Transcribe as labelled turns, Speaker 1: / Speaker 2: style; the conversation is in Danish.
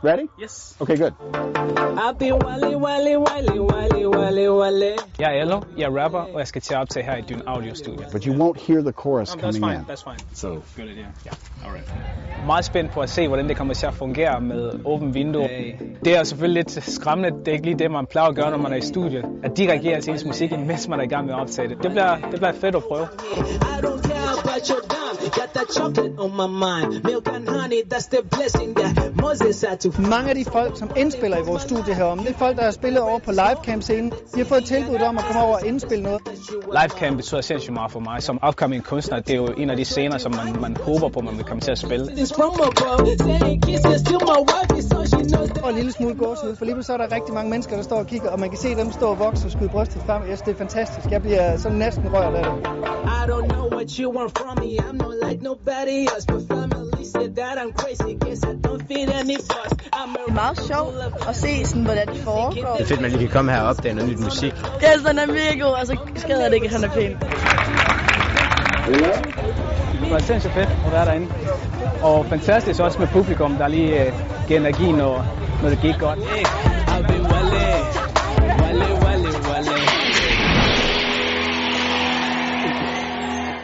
Speaker 1: Ready?
Speaker 2: Yes.
Speaker 1: Okay, good.
Speaker 3: Happy Wally Wally Wally Wally Wally Wally.
Speaker 2: Jeg er Ello, jeg er rapper, og jeg skal til at optage her i Dyn Audio Studio.
Speaker 1: But you won't hear the chorus
Speaker 2: Jamen, that's
Speaker 1: coming
Speaker 2: fine,
Speaker 1: in.
Speaker 2: that's fine.
Speaker 1: So
Speaker 2: Good idea. Yeah, alright. Meget spændt på at se, hvordan det kommer til at fungere med åbent vindue. Det er jo selvfølgelig lidt skræmmende. Det er ikke lige det, man plejer at gøre, når man er i studiet. At de reagerer til ens musik, mens man er i gang med at optage det. Det bliver, det bliver fedt at prøve.
Speaker 3: I don't care about your dime. Got that chocolate on my mind. Milk and honey, that's the blessing that Moses had to
Speaker 4: Mange af de folk, som indspiller i vores studie herom, det er folk, der har spillet over på livecam-scenen. De har fået tilbud om at komme over og indspille noget.
Speaker 2: Livecam betyder sindssygt meget for mig. Som upcoming kunstner, det er jo en af de scener, som man, man håber på, man vil komme til at spille.
Speaker 3: This from above, saying kisses to my wife so she knows
Speaker 4: Og en lille smule gåsehud, for lige pludselig så er der rigtig mange mennesker, der står og kigger, og man kan se dem stå og vokse og skyde brystet frem. Jeg synes, det er fantastisk. Jeg bliver sådan næsten rørt af det.
Speaker 3: I don't know what you want from me. I'm not like nobody else, but family said that I'm crazy. Guess I don't fit any boss. I'm
Speaker 5: Det er meget sjovt at se, sådan, hvordan det foregår.
Speaker 6: Det er fedt, man lige kan komme her og opdage noget nyt musik.
Speaker 5: Ja, altså, han er mega god, og så skader det ikke, at han er pæn.
Speaker 2: Det var sindssygt fedt at være derinde. Og fantastisk også med publikum, der lige øh, giver energi, når, når det gik godt.